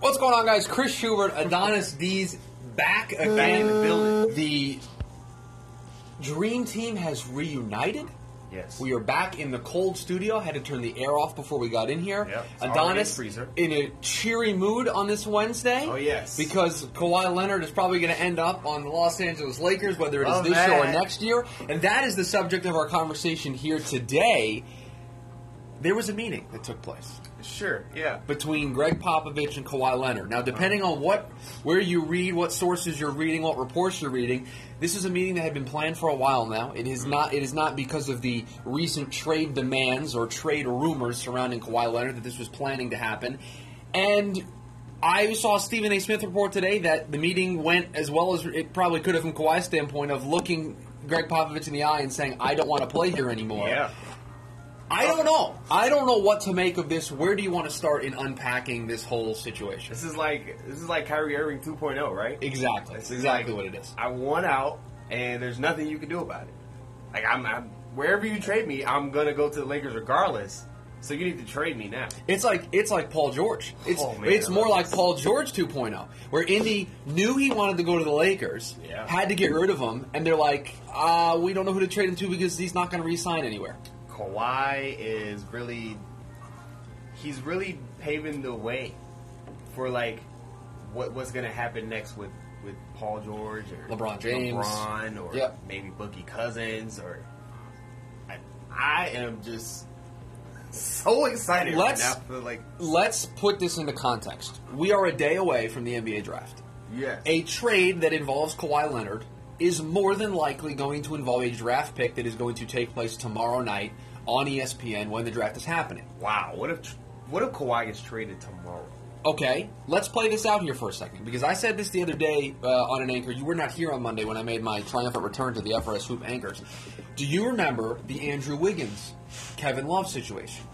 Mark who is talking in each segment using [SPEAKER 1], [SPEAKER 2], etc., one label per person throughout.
[SPEAKER 1] What's going on, guys? Chris Schubert, Adonis D's back again.
[SPEAKER 2] Back in the building.
[SPEAKER 1] The Dream Team has reunited.
[SPEAKER 2] Yes.
[SPEAKER 1] We are back in the cold studio. Had to turn the air off before we got in here.
[SPEAKER 2] Yep. It's already in the
[SPEAKER 1] Adonis
[SPEAKER 2] freezer.
[SPEAKER 1] in a cheery mood on this Wednesday.
[SPEAKER 2] Oh, yes.
[SPEAKER 1] Because Kawhi Leonard is probably going to end up on the Los Angeles Lakers, whether it is
[SPEAKER 2] Love
[SPEAKER 1] this year or
[SPEAKER 2] that.
[SPEAKER 1] next year, and that is the subject of our conversation here today. There was a meeting that took place
[SPEAKER 2] Sure. Yeah.
[SPEAKER 1] between Greg Popovich and Kawhi Leonard. Now, depending on what, where you read, what sources you're reading, what reports you're reading, this is a meeting that had been planned for a while now. It is not. It is not because of the recent trade demands or trade rumors surrounding Kawhi Leonard that this was planning to happen. And I saw Stephen A. Smith report today that the meeting went as well as it probably could have from Kawhi's standpoint of looking Greg Popovich in the eye and saying, "I don't want to play here anymore."
[SPEAKER 2] Yeah.
[SPEAKER 1] I don't know. I don't know what to make of this. Where do you want to start in unpacking this whole situation?
[SPEAKER 2] This is like this is like Kyrie Irving 2.0, right?
[SPEAKER 1] Exactly.
[SPEAKER 2] This
[SPEAKER 1] That's
[SPEAKER 2] is
[SPEAKER 1] exactly
[SPEAKER 2] like,
[SPEAKER 1] what it is.
[SPEAKER 2] I want out, and there's nothing you can do about it. Like I'm, I'm wherever you trade me, I'm gonna go to the Lakers regardless. So you need to trade me now.
[SPEAKER 1] It's like it's like Paul George. It's
[SPEAKER 2] Oh, man,
[SPEAKER 1] it's
[SPEAKER 2] I
[SPEAKER 1] more
[SPEAKER 2] love
[SPEAKER 1] like Paul George 2.0, where Indy knew he wanted to go to the Lakers,
[SPEAKER 2] Yeah.
[SPEAKER 1] had to get rid of him, and they're like, uh, we don't know who to trade him to because he's not going to re-sign anywhere.
[SPEAKER 2] Kawhi is really he's really paving the way for like what what's gonna happen next with with Paul George or
[SPEAKER 1] LeBron James.
[SPEAKER 2] LeBron or
[SPEAKER 1] Yep.
[SPEAKER 2] maybe Boogie Cousins or I, I am just so excited
[SPEAKER 1] Let's-
[SPEAKER 2] right now for like
[SPEAKER 1] Let's put this into context. We are a day away from the NBA draft.
[SPEAKER 2] yes
[SPEAKER 1] A trade that involves Kawhi Leonard is more than likely going to involve a draft pick that is going to take place tomorrow night on E ESPN when the draft is happening.
[SPEAKER 2] wow what if what if Kawhi gets traded tomorrow
[SPEAKER 1] Okay, let's play this out here for a second because I said this the other day uh, on an anchor. You were not here on Monday when I made my triumphant return to the FRS Hoop anchors. Do you remember the Andrew Wiggins, Kevin Love situation?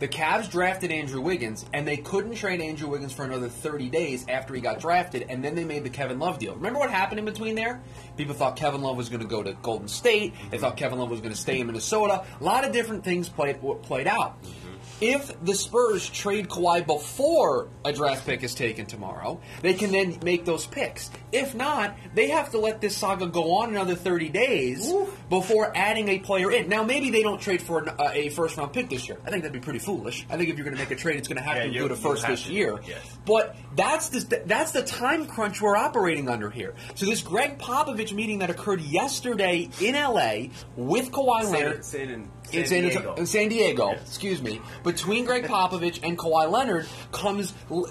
[SPEAKER 1] The Cavs drafted Andrew Wiggins, and they couldn't trade Andrew Wiggins for another 30 days after he got drafted, and then they made the Kevin Love deal. Remember what happened in between there? People thought Kevin Love was going to go to Golden State. They thought Kevin Love was going to stay in Minnesota. A lot of different things played w- played out. If the Spurs trade Kawhi before a draft pick is taken tomorrow, they can then make those picks. If not, they have to let this saga go on another 30 days
[SPEAKER 2] Oof.
[SPEAKER 1] before adding a player in. Now, maybe they don't trade for an, uh, a first round pick this year. I think that'd be pretty foolish. I think if you're going to make a trade, it's going to have
[SPEAKER 2] Yeah,
[SPEAKER 1] to
[SPEAKER 2] you-
[SPEAKER 1] go to
[SPEAKER 2] you
[SPEAKER 1] first
[SPEAKER 2] have
[SPEAKER 1] this
[SPEAKER 2] to.
[SPEAKER 1] year.
[SPEAKER 2] Yes.
[SPEAKER 1] But that's the that's the time crunch we're operating under here. So this Greg Popovich meeting that occurred yesterday in L.A. with Kawhi
[SPEAKER 2] San,
[SPEAKER 1] Leonard.
[SPEAKER 2] San, in San
[SPEAKER 1] In San,
[SPEAKER 2] Diego
[SPEAKER 1] in San Diego,
[SPEAKER 2] Yes.
[SPEAKER 1] excuse me, between Greg Popovich and Kawhi Leonard comes l-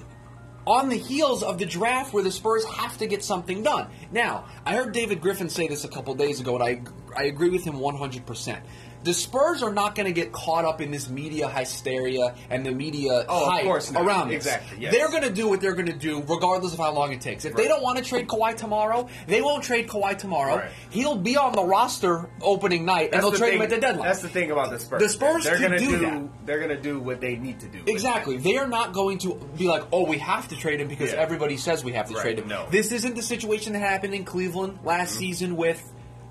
[SPEAKER 1] on the heels of the draft where the Spurs have to get something done. Now, I heard David Griffin say this a couple days ago, and I, I agree with him 100%. The Spurs are not going to get caught up in this media hysteria and the media
[SPEAKER 2] Oh, of
[SPEAKER 1] hype
[SPEAKER 2] course not.
[SPEAKER 1] around this.
[SPEAKER 2] Exactly, yes.
[SPEAKER 1] They're going to do what they're going to do, regardless of how long it takes. If they
[SPEAKER 2] Right.
[SPEAKER 1] don't want to trade Kawhi tomorrow, they won't trade Kawhi tomorrow.
[SPEAKER 2] Right.
[SPEAKER 1] He'll be on the roster opening night, and
[SPEAKER 2] That's
[SPEAKER 1] they'll
[SPEAKER 2] the
[SPEAKER 1] trade
[SPEAKER 2] thing-
[SPEAKER 1] him at the deadline.
[SPEAKER 2] That's the thing about the Spurs.
[SPEAKER 1] The Spurs
[SPEAKER 2] they're
[SPEAKER 1] can
[SPEAKER 2] gonna
[SPEAKER 1] do
[SPEAKER 2] do,
[SPEAKER 1] that.
[SPEAKER 2] They're gonna do what they need to do.
[SPEAKER 1] Exactly. They are not going to be like, oh, we have to trade him because
[SPEAKER 2] Yeah.
[SPEAKER 1] everybody says we have to
[SPEAKER 2] Right,
[SPEAKER 1] trade him.
[SPEAKER 2] no. Mm-hmm.
[SPEAKER 1] This isn't the situation that happened in Cleveland last season with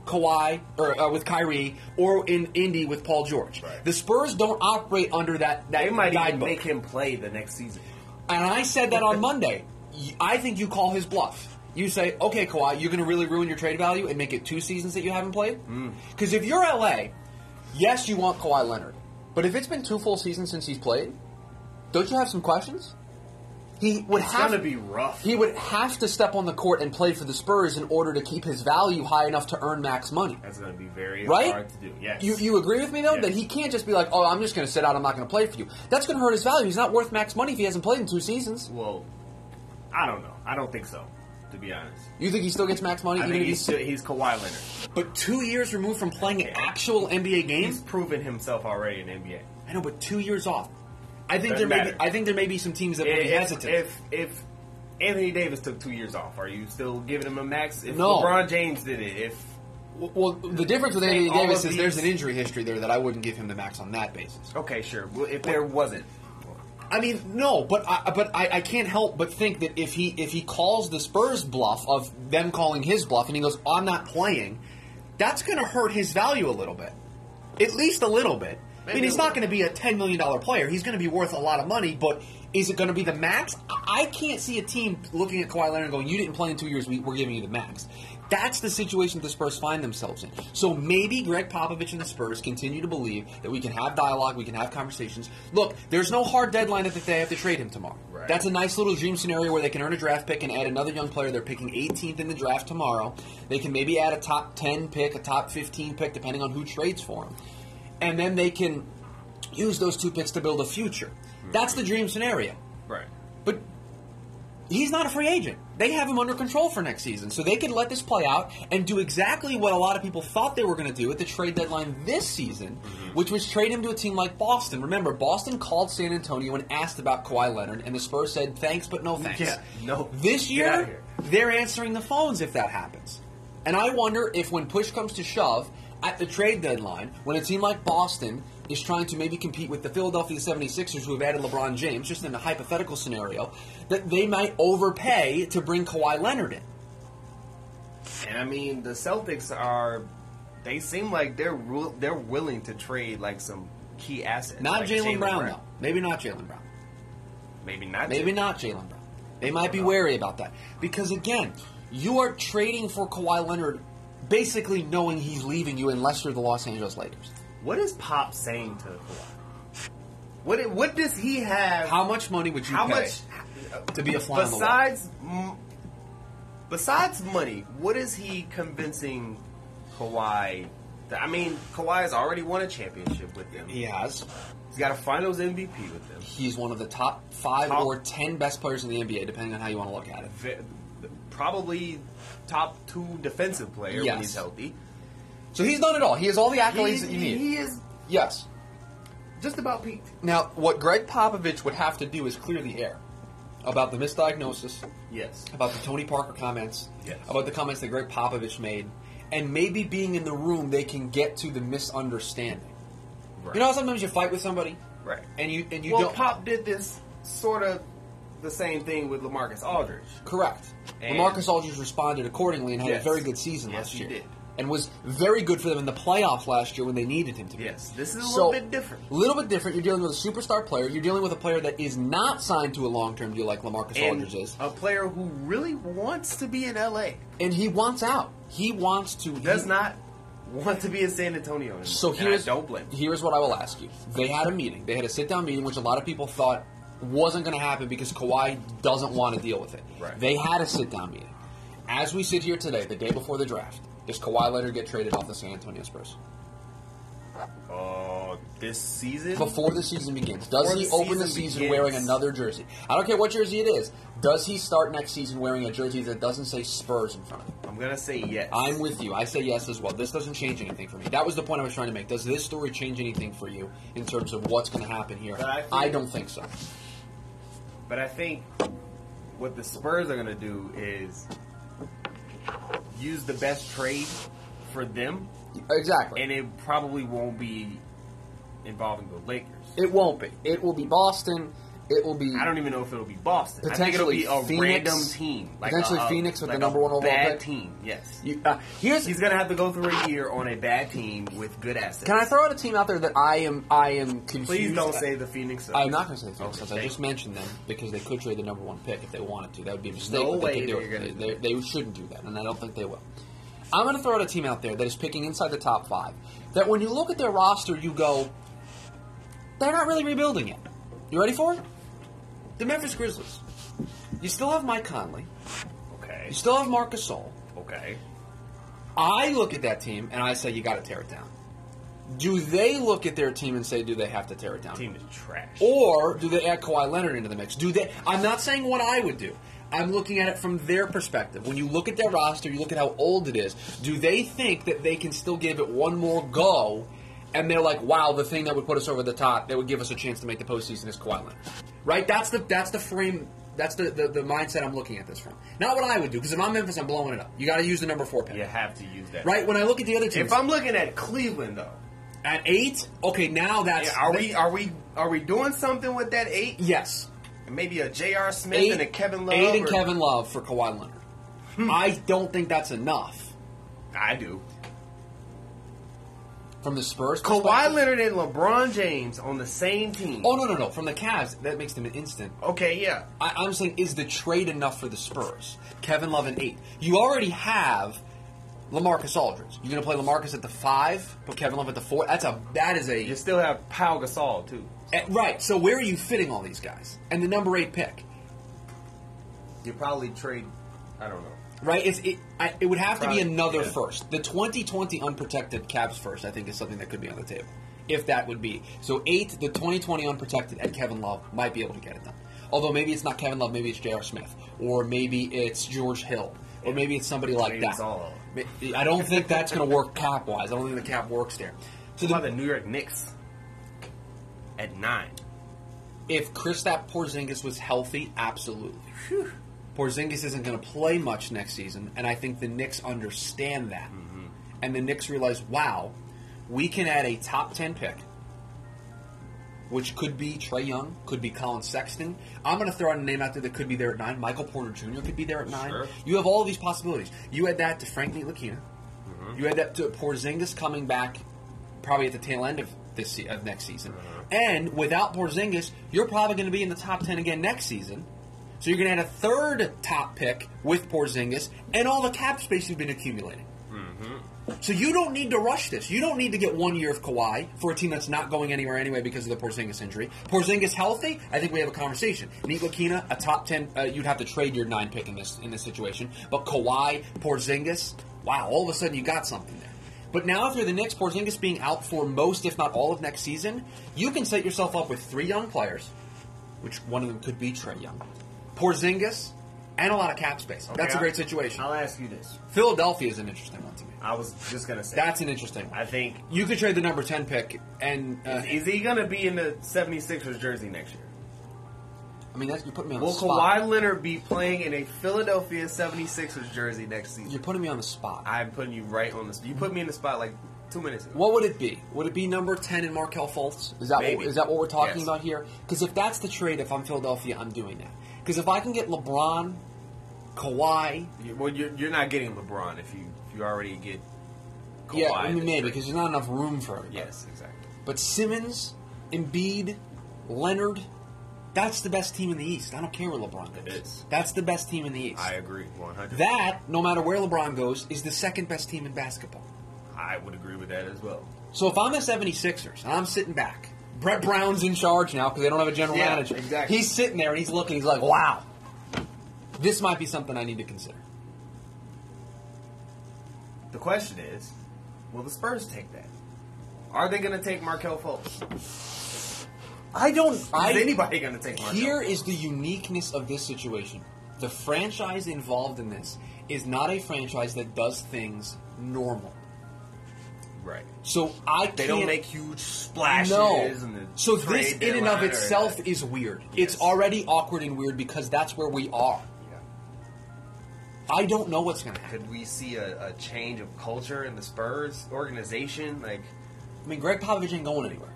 [SPEAKER 1] Kawhi or uh, with Kyrie or in Indy with Paul George.
[SPEAKER 2] Right.
[SPEAKER 1] The Spurs don't operate under that that
[SPEAKER 2] They might even
[SPEAKER 1] guidebook.
[SPEAKER 2] make him play the next season.
[SPEAKER 1] And I said that on Monday. Y- I think you call his bluff. You say, okay, Kawhi, you're going to really ruin your trade value and make it two seasons that you haven't played?
[SPEAKER 2] Mm.
[SPEAKER 1] Because if you're LA, yes, you want Kawhi Leonard. But if it's been two full seasons since he's played, don't you have some questions? He would
[SPEAKER 2] It's
[SPEAKER 1] have
[SPEAKER 2] gonna be rough.
[SPEAKER 1] He would have to step on the court and play for the Spurs in order to keep his value high enough to earn max money.
[SPEAKER 2] That's gonna be very
[SPEAKER 1] Right?
[SPEAKER 2] hard to do. Yes.
[SPEAKER 1] You, you agree with me though
[SPEAKER 2] Yes.
[SPEAKER 1] that he can't just be like, oh, I'm just going to sit out. I'm not going to play for you. That's going to hurt his value. He's not worth max money if he hasn't played in two seasons.
[SPEAKER 2] well, I don't know. I don't think so. To be honest,
[SPEAKER 1] You think he still gets max money?
[SPEAKER 2] I
[SPEAKER 1] even
[SPEAKER 2] think
[SPEAKER 1] if
[SPEAKER 2] he's
[SPEAKER 1] he's,
[SPEAKER 2] still, he's Kawhi Leonard.
[SPEAKER 1] but two years removed from playing an actual NBA
[SPEAKER 2] He's
[SPEAKER 1] games.
[SPEAKER 2] proven himself already in NBA.
[SPEAKER 1] I know, but two years off. I think
[SPEAKER 2] Doesn't
[SPEAKER 1] there may be,
[SPEAKER 2] matter.
[SPEAKER 1] I think there may be some teams that will be
[SPEAKER 2] If,
[SPEAKER 1] hesitant.
[SPEAKER 2] if if Anthony Davis took two years off, are you still giving him a max? If
[SPEAKER 1] No.
[SPEAKER 2] LeBron James did it, if
[SPEAKER 1] well, the difference with
[SPEAKER 2] Saying
[SPEAKER 1] Anthony
[SPEAKER 2] all
[SPEAKER 1] Davis
[SPEAKER 2] of
[SPEAKER 1] is there's
[SPEAKER 2] these- Oh.
[SPEAKER 1] an injury history there that I wouldn't give him the max on that basis.
[SPEAKER 2] okay, sure. Well, If there wasn't,
[SPEAKER 1] I mean, no, but I, but I, I can't help but think that if he if he calls the Spurs bluff of them calling his bluff and he goes, "I'm not playing," that's going to hurt his value a little bit, at least a little bit. I mean,
[SPEAKER 2] Maybe
[SPEAKER 1] he's
[SPEAKER 2] a
[SPEAKER 1] not
[SPEAKER 2] little.
[SPEAKER 1] going to be a ten million dollar player. He's going to be worth a lot of money, but Is it going to be the max? I- I can't see a team looking at Kawhi Leonard and going, "You didn't play in two years. We- We're giving you the max." That's the situation the Spurs find themselves in. So maybe Greg Popovich and the Spurs continue to believe that we can have dialogue, we can have conversations. Look, there's no hard deadline if they have to trade him tomorrow.
[SPEAKER 2] Right.
[SPEAKER 1] That's a nice little dream scenario where they can earn a draft pick and add another young player. They're picking 18th in the draft tomorrow. They can maybe add a top 10 pick, a top 15 pick, depending on who trades for him. And then they can use those two picks to build a future. That's the dream scenario.
[SPEAKER 2] Right.
[SPEAKER 1] But he's not a free agent. They have him under control for next season, so they could let this play out and do exactly what a lot of people thought they were going to do at the trade deadline this season,
[SPEAKER 2] Mm-hmm.
[SPEAKER 1] which was trade him to a team like Boston. Remember, Boston called San Antonio and asked about Kawhi Leonard, and the Spurs said thanks but no thanks.
[SPEAKER 2] Yeah, no.
[SPEAKER 1] This
[SPEAKER 2] Get outta
[SPEAKER 1] year, they're answering the phones if that happens. And I wonder if when push comes to shove at the trade deadline, when a team like Boston is trying to maybe compete with the Philadelphia 76ers who have added LeBron James, just in a hypothetical scenario, that they might overpay to bring Kawhi Leonard in.
[SPEAKER 2] And I mean, the Celtics are. They seem like they're ru- they're willing to trade like some key assets.
[SPEAKER 1] Not
[SPEAKER 2] like
[SPEAKER 1] Jalen Brown, though. Maybe not Jalen Brown.
[SPEAKER 2] Maybe not.
[SPEAKER 1] Maybe
[SPEAKER 2] Jaylen.
[SPEAKER 1] not Jalen Brown. They might be wary about that. Because again, you are trading for Kawhi Leonard basically knowing he's leaving you unless you're the Los Angeles Lakers.
[SPEAKER 2] What is Pop saying to Kawhi? What i- what does he have?
[SPEAKER 1] How much money would you
[SPEAKER 2] how
[SPEAKER 1] pay?
[SPEAKER 2] much
[SPEAKER 1] to be a fly on the wall.
[SPEAKER 2] besides m- besides money? What is he convincing Kawhi? That, I mean, Kawhi has already won a championship with them.
[SPEAKER 1] He has.
[SPEAKER 2] He's got a Finals MVP with them.
[SPEAKER 1] He's one of the top five
[SPEAKER 2] Top-
[SPEAKER 1] or ten best players in the NBA, depending on how you want to look at it.
[SPEAKER 2] Ve- Probably top two defensive player
[SPEAKER 1] Yes.
[SPEAKER 2] when he's healthy.
[SPEAKER 1] So he's done it all. He has all the accolades
[SPEAKER 2] He-
[SPEAKER 1] that you need.
[SPEAKER 2] He is
[SPEAKER 1] yes.
[SPEAKER 2] just about peaked.
[SPEAKER 1] Now, what Greg Popovich would have to do is clear the air about the misdiagnosis,
[SPEAKER 2] Yes.
[SPEAKER 1] about the Tony Parker comments,
[SPEAKER 2] Yes.
[SPEAKER 1] about the comments that Greg Popovich made, and maybe being in the room, they can get to the misunderstanding.
[SPEAKER 2] Right.
[SPEAKER 1] You know, how sometimes you fight with somebody,
[SPEAKER 2] Right.
[SPEAKER 1] and you and you
[SPEAKER 2] well,
[SPEAKER 1] don't.
[SPEAKER 2] Pop did this sort of the same thing with Lamarcus Aldridge.
[SPEAKER 1] Correct.
[SPEAKER 2] And-
[SPEAKER 1] Lamarcus Aldridge responded accordingly and had a
[SPEAKER 2] Yes.
[SPEAKER 1] very good season
[SPEAKER 2] Yes,
[SPEAKER 1] last
[SPEAKER 2] he
[SPEAKER 1] year.
[SPEAKER 2] did.
[SPEAKER 1] And was very good for them in the playoffs last year when they needed him to be.
[SPEAKER 2] Yes, this is a
[SPEAKER 1] So-
[SPEAKER 2] little bit different.
[SPEAKER 1] little bit different. You're dealing with a superstar player. You're dealing with a player that is not signed to a long term deal like Lamarcus
[SPEAKER 2] And
[SPEAKER 1] Aldridge is.
[SPEAKER 2] a player who really wants to be in LA
[SPEAKER 1] And he wants out. He wants to.
[SPEAKER 2] does
[SPEAKER 1] he-
[SPEAKER 2] not want to be in San Antonio anymore.
[SPEAKER 1] So
[SPEAKER 2] and I
[SPEAKER 1] here's
[SPEAKER 2] don't blame. him.
[SPEAKER 1] here's what I will ask you. They had a meeting. They had a sit down meeting, which a lot of people thought wasn't going to happen because Kawhi doesn't want to deal with it.
[SPEAKER 2] Right.
[SPEAKER 1] They had a sit down meeting. As we sit here today, the day before the draft, does Kawhi Leonard get traded off the San Antonio Spurs
[SPEAKER 2] Oh, this season
[SPEAKER 1] before the season begins? Does
[SPEAKER 2] Before
[SPEAKER 1] he
[SPEAKER 2] the
[SPEAKER 1] open the
[SPEAKER 2] season
[SPEAKER 1] season
[SPEAKER 2] begins.
[SPEAKER 1] wearing another jersey? I don't care what jersey it is. Does he start next season wearing a jersey that doesn't say Spurs in front of it?
[SPEAKER 2] I'm gonna say yes.
[SPEAKER 1] I'm with you. I say yes as well. This doesn't change anything for me. That was the point I was trying to make. Does this story change anything for you in terms of what's going to happen here?
[SPEAKER 2] But I think-
[SPEAKER 1] don't think so.
[SPEAKER 2] But I think what the Spurs are going to do is use the best trade for them,
[SPEAKER 1] Exactly.
[SPEAKER 2] and it probably won't be involving the Lakers.
[SPEAKER 1] it won't be. It will be Boston. It will be.
[SPEAKER 2] I don't even know if it'll be Boston. I think it'll be a
[SPEAKER 1] Potentially
[SPEAKER 2] random
[SPEAKER 1] Phoenix-
[SPEAKER 2] team, like
[SPEAKER 1] potentially
[SPEAKER 2] a- a-
[SPEAKER 1] Phoenix with the
[SPEAKER 2] like
[SPEAKER 1] number
[SPEAKER 2] a
[SPEAKER 1] one overall
[SPEAKER 2] bad
[SPEAKER 1] pick.
[SPEAKER 2] team. Yes,
[SPEAKER 1] You, uh, here's.
[SPEAKER 2] he's going to have to go through a year on a bad team with good assets.
[SPEAKER 1] Can I throw out a team out there that I am? I am confused.
[SPEAKER 2] Please
[SPEAKER 1] at?
[SPEAKER 2] don't say the Phoenix. Suns.
[SPEAKER 1] I'm not going to say the Phoenix
[SPEAKER 2] Okay,
[SPEAKER 1] Suns. I
[SPEAKER 2] thank
[SPEAKER 1] just mentioned them because they could trade the number one pick if they wanted to. That would be a mistake.
[SPEAKER 2] No
[SPEAKER 1] but
[SPEAKER 2] way
[SPEAKER 1] they could do
[SPEAKER 2] they're gonna
[SPEAKER 1] it.
[SPEAKER 2] do
[SPEAKER 1] They, they, they shouldn't do that, and I don't think they will. I'm going to throw out a team out there that is picking inside the top five. That when you look at their roster, you go, they're not really rebuilding it. You ready for it? The Memphis Grizzlies. You still have Mike Conley.
[SPEAKER 2] Okay.
[SPEAKER 1] You still have Marc Gasol.
[SPEAKER 2] Okay.
[SPEAKER 1] I look at that team and I say, you got to tear it down. Do they look at their team and say, do they have to tear it down?
[SPEAKER 2] Team is trash.
[SPEAKER 1] Or do they add Kawhi Leonard into the mix? Do they? I'm not saying what I would do. I'm looking at it from their perspective. When you look at their roster, you look at how old it is. Do they think that they can still give it one more go? And they're like, "Wow, the thing that would put us over the top, that would give us a chance to make the postseason, is Kawhi Leonard." Right? That's the that's the frame. That's the, the, the mindset I'm looking at this from. Not what I would do, because if I'm Memphis, I'm blowing it up. You got to use the number four pick,
[SPEAKER 2] you have to use that.
[SPEAKER 1] right? When I look at the other teams,
[SPEAKER 2] If I'm looking at Cleveland though,
[SPEAKER 1] at eight, okay, now that's
[SPEAKER 2] Yeah, are we are we are we doing something with that eight?
[SPEAKER 1] yes,
[SPEAKER 2] Maybe a J.R. Smith
[SPEAKER 1] eight,
[SPEAKER 2] and a Kevin Love.
[SPEAKER 1] eight and
[SPEAKER 2] or- Hmm.
[SPEAKER 1] Kevin Love for Kawhi Leonard. I don't think that's enough.
[SPEAKER 2] I do.
[SPEAKER 1] from the Spurs.
[SPEAKER 2] Kawhi
[SPEAKER 1] perspective-
[SPEAKER 2] Leonard and LeBron James on the same team.
[SPEAKER 1] Oh no no no! From the Cavs, that makes them an instant.
[SPEAKER 2] Okay, yeah.
[SPEAKER 1] I, I'm saying, is the trade enough for the Spurs? Kevin Love and eight. You already have Lamarcus Aldridge. You're going to play Lamarcus at the five, put Kevin Love at the four. That's a that is a
[SPEAKER 2] You still have Pau Gasol too.
[SPEAKER 1] eh, right. So where are you fitting all these guys and the number eight pick?
[SPEAKER 2] You probably trade. I don't know.
[SPEAKER 1] Right, it's, it I, it would have to be
[SPEAKER 2] Probably,
[SPEAKER 1] another
[SPEAKER 2] yeah.
[SPEAKER 1] first. The 2020 unprotected Cavs first, I think, is something that could be on the table, if that would be. So eight, the 2020 unprotected, and Kevin Love might be able to get it done. Although maybe it's not Kevin Love, maybe it's J.R. Smith, or maybe it's George Hill, or maybe it's somebody like
[SPEAKER 2] Maybe
[SPEAKER 1] that.
[SPEAKER 2] it's all.
[SPEAKER 1] Ma- I don't think that's going to work cap wise. I don't think the cap works there. So
[SPEAKER 2] What
[SPEAKER 1] the,
[SPEAKER 2] about the New York Knicks at nine?
[SPEAKER 1] if Kristaps Porzingis was healthy, absolutely. Porzingis isn't going to play much next season, and I think the Knicks understand that. And the Knicks realize, wow, we can add a top ten pick, which could be Trey Young, could be Colin Sexton. I'm going to throw out a name out there that could be there at nine. Michael Porter Jr. could be there at nine.
[SPEAKER 2] Sure.
[SPEAKER 1] You have all these possibilities. You add that to Frank Ntilikina. You add that to Porzingis coming back, probably at the tail end of this se- of next season. And without Porzingis, you're probably going to be in the top ten again next season. So you're going to add a third top pick with Porzingis and all the cap space you've been accumulating. So you don't need to rush this. You don't need to get one year of Kawhi for a team that's not going anywhere anyway because of the Porzingis injury. Porzingis healthy, I think we have a conversation. Neat Lakina, a top ten, uh, you'd have to trade your nine pick in this in this situation. But Kawhi, Porzingis, wow, all of a sudden you got something there. But now if you're the Knicks, Porzingis being out for most, if not all, of next season, you can set yourself up with three young players, which one of them could be Trey Young, Porzingis, and a lot of cap space. that's a
[SPEAKER 2] Okay,
[SPEAKER 1] great
[SPEAKER 2] I-
[SPEAKER 1] situation.
[SPEAKER 2] I'll ask you this.
[SPEAKER 1] Philadelphia is an interesting one to me.
[SPEAKER 2] I was just gonna say.
[SPEAKER 1] That's an interesting one.
[SPEAKER 2] I think.
[SPEAKER 1] You could trade the number 10 pick, and uh,
[SPEAKER 2] Is he gonna be in the 76ers jersey next year?
[SPEAKER 1] I mean, that's, you're putting me on
[SPEAKER 2] Will
[SPEAKER 1] the spot.
[SPEAKER 2] Kawhi Leonard be playing in a Philadelphia 76ers jersey next season?
[SPEAKER 1] You're putting me on the spot.
[SPEAKER 2] I'm putting you right on the. sp- You put me in the spot like two minutes ago.
[SPEAKER 1] What would it be? Would it be number 10 and Markel Fultz? Is that, what,
[SPEAKER 2] Maybe.
[SPEAKER 1] is that what we're talking
[SPEAKER 2] Yes.
[SPEAKER 1] about here? Because if that's the trade, if I'm Philadelphia, I'm doing that. Because if I can get LeBron, Kawhi,
[SPEAKER 2] You- well, you're, you're not getting LeBron if you if you already get. Kawhi
[SPEAKER 1] yeah, I mean,
[SPEAKER 2] in
[SPEAKER 1] maybe,
[SPEAKER 2] the
[SPEAKER 1] because
[SPEAKER 2] trade.
[SPEAKER 1] there's not enough room for everybody.
[SPEAKER 2] yes, exactly.
[SPEAKER 1] But Simmons, Embiid, Leonard, that's the best team in the East. I don't care where LeBron goes.
[SPEAKER 2] It is.
[SPEAKER 1] That's the best team in the East.
[SPEAKER 2] I agree 100.
[SPEAKER 1] that, no matter where LeBron goes, is the second best team in basketball.
[SPEAKER 2] I would agree with that as well.
[SPEAKER 1] So if I'm the 76ers and I'm sitting back, Brett Brown's in charge now because they don't have a general
[SPEAKER 2] Yeah,
[SPEAKER 1] manager.
[SPEAKER 2] exactly.
[SPEAKER 1] He's sitting there and he's looking. He's like, wow, this might be something I need to consider.
[SPEAKER 2] The question is, will the Spurs take that? Are they going to take Markel Fultz?
[SPEAKER 1] I don't.
[SPEAKER 2] is
[SPEAKER 1] I,
[SPEAKER 2] anybody going to take Markel?
[SPEAKER 1] here is the uniqueness of this situation. The franchise involved in this is not a franchise that does things normal.
[SPEAKER 2] right?
[SPEAKER 1] So I
[SPEAKER 2] They
[SPEAKER 1] can't,
[SPEAKER 2] don't make huge splashes.
[SPEAKER 1] no.
[SPEAKER 2] And the
[SPEAKER 1] so this,
[SPEAKER 2] trade
[SPEAKER 1] in and of
[SPEAKER 2] deadline or
[SPEAKER 1] itself,
[SPEAKER 2] anything.
[SPEAKER 1] is weird.
[SPEAKER 2] Yes.
[SPEAKER 1] It's already awkward and weird because that's where we are.
[SPEAKER 2] Yeah.
[SPEAKER 1] I don't know what's going to happen.
[SPEAKER 2] Could we see a, a change of culture in the Spurs organization? Like,
[SPEAKER 1] I mean, Greg Popovich ain't going anywhere.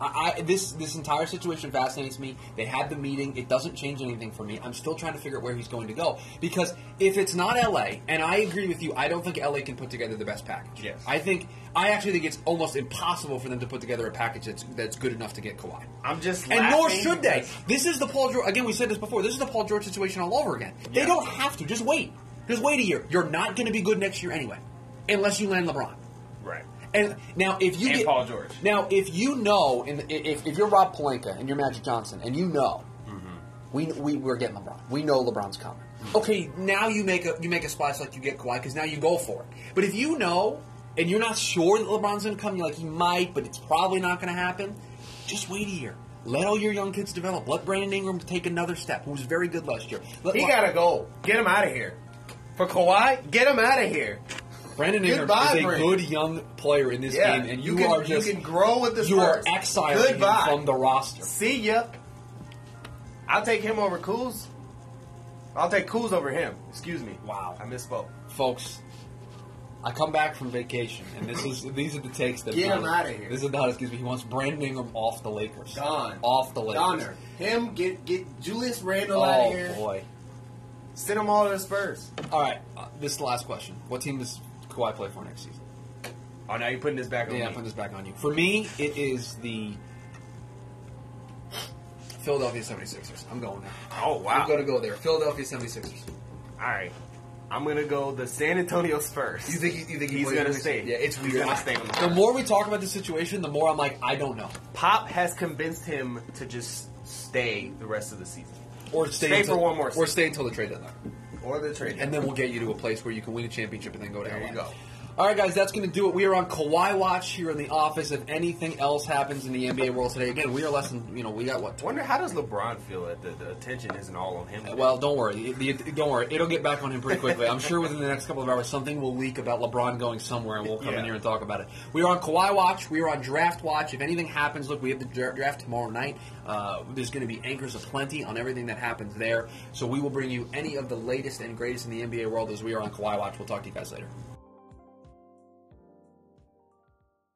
[SPEAKER 1] I, I this this entire situation fascinates me. They had the meeting. It doesn't change anything for me. I'm still trying to figure out where he's going to go because if it's not LA, and I agree with you, I don't think LA can put together the best package.
[SPEAKER 2] Yes.
[SPEAKER 1] I think I actually think it's almost impossible for them to put together a package that's that's good enough to get Kawhi.
[SPEAKER 2] I'm just
[SPEAKER 1] And nor
[SPEAKER 2] laughing
[SPEAKER 1] should they.
[SPEAKER 2] because-
[SPEAKER 1] This is the Paul George. Again, we said this before. This is the Paul George situation all over again. They
[SPEAKER 2] Yeah.
[SPEAKER 1] don't have to. Just wait. Just wait a year. You're not going to be good next year anyway, unless you land LeBron.
[SPEAKER 2] Right.
[SPEAKER 1] And now, if you
[SPEAKER 2] And
[SPEAKER 1] get,
[SPEAKER 2] Paul George.
[SPEAKER 1] Now, if you know, and if, if you're Rob Palenka and you're Magic Johnson, and you know,
[SPEAKER 2] Mm-hmm.
[SPEAKER 1] we, we we're getting LeBron. We know LeBron's coming. Okay, now you make a you make a splash like you get Kawhi because now you go for it. But if you know and you're not sure that LeBron's going to come, you're like he might, but it's probably not going to happen. Just wait a year. Let all your young kids develop. Let Brandon Ingram take another step, who was very good last year. Let
[SPEAKER 2] He
[SPEAKER 1] Le-
[SPEAKER 2] got to go. Get him out of here. For Kawhi, get him out of here.
[SPEAKER 1] Brandon Ingram
[SPEAKER 2] Goodbye,
[SPEAKER 1] is a
[SPEAKER 2] Brandon.
[SPEAKER 1] good young player in this
[SPEAKER 2] Yeah,
[SPEAKER 1] game, and you,
[SPEAKER 2] can,
[SPEAKER 1] are just
[SPEAKER 2] you can grow with the
[SPEAKER 1] You are
[SPEAKER 2] Spurs.
[SPEAKER 1] exiling him
[SPEAKER 2] Goodbye.
[SPEAKER 1] from the roster.
[SPEAKER 2] See ya. I'll take him over Kuz. I'll take Kuz over him. Excuse me.
[SPEAKER 1] Wow.
[SPEAKER 2] I misspoke.
[SPEAKER 1] Folks, I come back from vacation, and this is these are the takes that
[SPEAKER 2] Get him outta here.
[SPEAKER 1] This is not excuse me. He wants Brandon Ingram off the Lakers.
[SPEAKER 2] Gone.
[SPEAKER 1] Off the Lakers.
[SPEAKER 2] Donner. Him get get Julius Randle out of
[SPEAKER 1] Oh
[SPEAKER 2] here.
[SPEAKER 1] boy.
[SPEAKER 2] Send them all to the Spurs.
[SPEAKER 1] All right. Uh, this is the last question. What team does Kawhi play for next season?
[SPEAKER 2] Oh, now you're putting this back on
[SPEAKER 1] Yeah,
[SPEAKER 2] me.
[SPEAKER 1] put this back on you. For me, it is the Philadelphia 76ers. I'm going there.
[SPEAKER 2] oh wow.
[SPEAKER 1] I'm going to go there. Philadelphia 76ers.
[SPEAKER 2] All right. I'm gonna go the San Antonio Spurs.
[SPEAKER 1] You think, you think he
[SPEAKER 2] He's
[SPEAKER 1] plays
[SPEAKER 2] gonna
[SPEAKER 1] for the-
[SPEAKER 2] stay.
[SPEAKER 1] Yeah, it's
[SPEAKER 2] He's
[SPEAKER 1] weird.
[SPEAKER 2] gonna stay on
[SPEAKER 1] the
[SPEAKER 2] the
[SPEAKER 1] more we talk about this situation, the more I'm like, I don't know.
[SPEAKER 2] Pop has convinced him to just stay the rest of the season
[SPEAKER 1] Or stay,
[SPEAKER 2] Stay
[SPEAKER 1] until,
[SPEAKER 2] for one more
[SPEAKER 1] Or
[SPEAKER 2] season.
[SPEAKER 1] stay until the trade deadline.
[SPEAKER 2] or the trade.
[SPEAKER 1] And then we'll get you to a place where you can win a championship and then go to
[SPEAKER 2] There
[SPEAKER 1] LA.
[SPEAKER 2] you go.
[SPEAKER 1] All right, guys, that's going to do it. We are on Kawhi watch here in the office. If anything else happens in the NBA world today, again, we are less than you know. We got what? 20?
[SPEAKER 2] Wonder how does LeBron feel that the, the attention isn't all on him?
[SPEAKER 1] Well, don't worry. It- it- don't worry. It'll get back on him pretty quickly. I'm sure within the next couple of hours, something will leak about LeBron going somewhere, and we'll come in
[SPEAKER 2] Yeah.
[SPEAKER 1] here and talk about it. We are on Kawhi watch. We are on draft watch. If anything happens, look, we have the dra- draft tomorrow night. Uh, there's going to be anchors aplenty on everything that happens there. So we will bring you any of the latest and greatest in the NBA world as we are on Kawhi watch. We'll talk to you guys later.